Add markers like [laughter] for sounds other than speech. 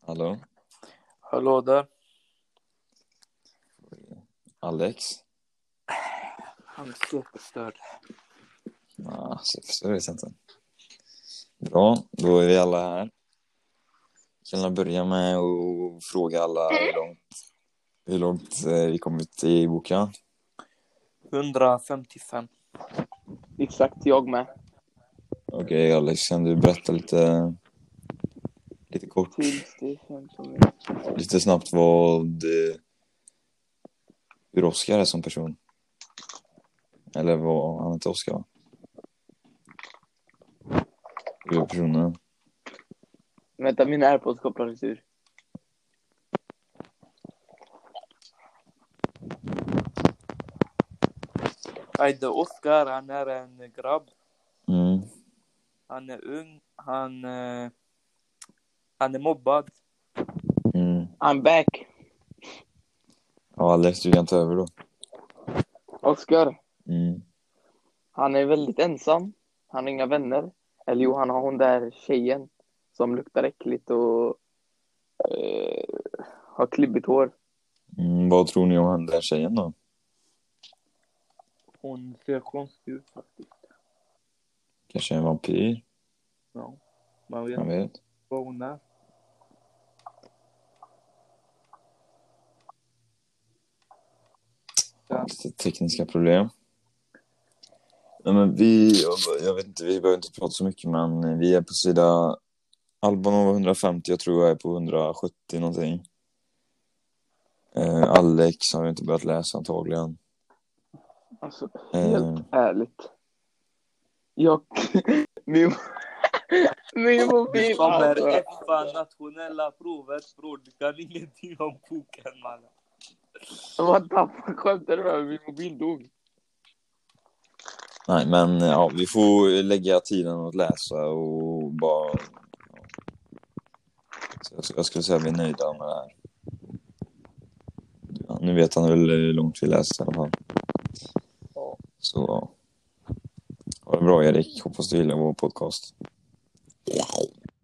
Hallå? Hallå där. Alex? Han är superstörd. Nah, så vet jag inte. Bra, då är vi alla här. Kan jag börja med att fråga alla hur långt, hur långt eh, vi kommit i boken? 155. Exakt, jag med. Okej, Alex, kan du berätta lite, lite kort, Tills det är 15 minuter. lite snabbt vad... eh, Hur Oskar är som person? Eller vad han heter Oskar, va? Hur är personen? Vänta, mina airpods kopplades ur. Ajde Oskar, han är en grabb. Mm. Han är ung. Han, eh, han är mobbad. Mm. I'm back. Ja, Alex, du kan ta över då. Oscar, Mm. han är väldigt ensam. Han har inga vänner. Eller jo, han har hon där tjejen som luktar äckligt och eh, har klibbigt hår. Mm, vad tror ni om han den tjejen då? Hon ser konstig ut faktiskt. Kanske en vampyr? Ja. Man vet Man inte vet. vad hon är. Ja. Lite tekniska problem. Nej, men vi, jag vet inte, vi behöver inte prata så mycket, men vi är på sida... Albanova 150, jag tror jag är på 170 någonting. Eh, Alex har jag inte börjat läsa antagligen. Alltså, helt Eh, ärligt. Jag... [laughs] min... min mobil, alltså. F nationella provet bror. Du kan ingenting om boken mannen. What the fuck, skämtar du med mig? Min mobil dog. nej, men eh, ja, vi får lägga tiden att läsa och bara... Ja. Så jag, jag skulle säga att vi är nöjda med det här. Ja, nu vet han väl hur långt vi läst i alla fall. Ja. Så ja. ha det bra Erik. Hoppas du gillar vår podcast.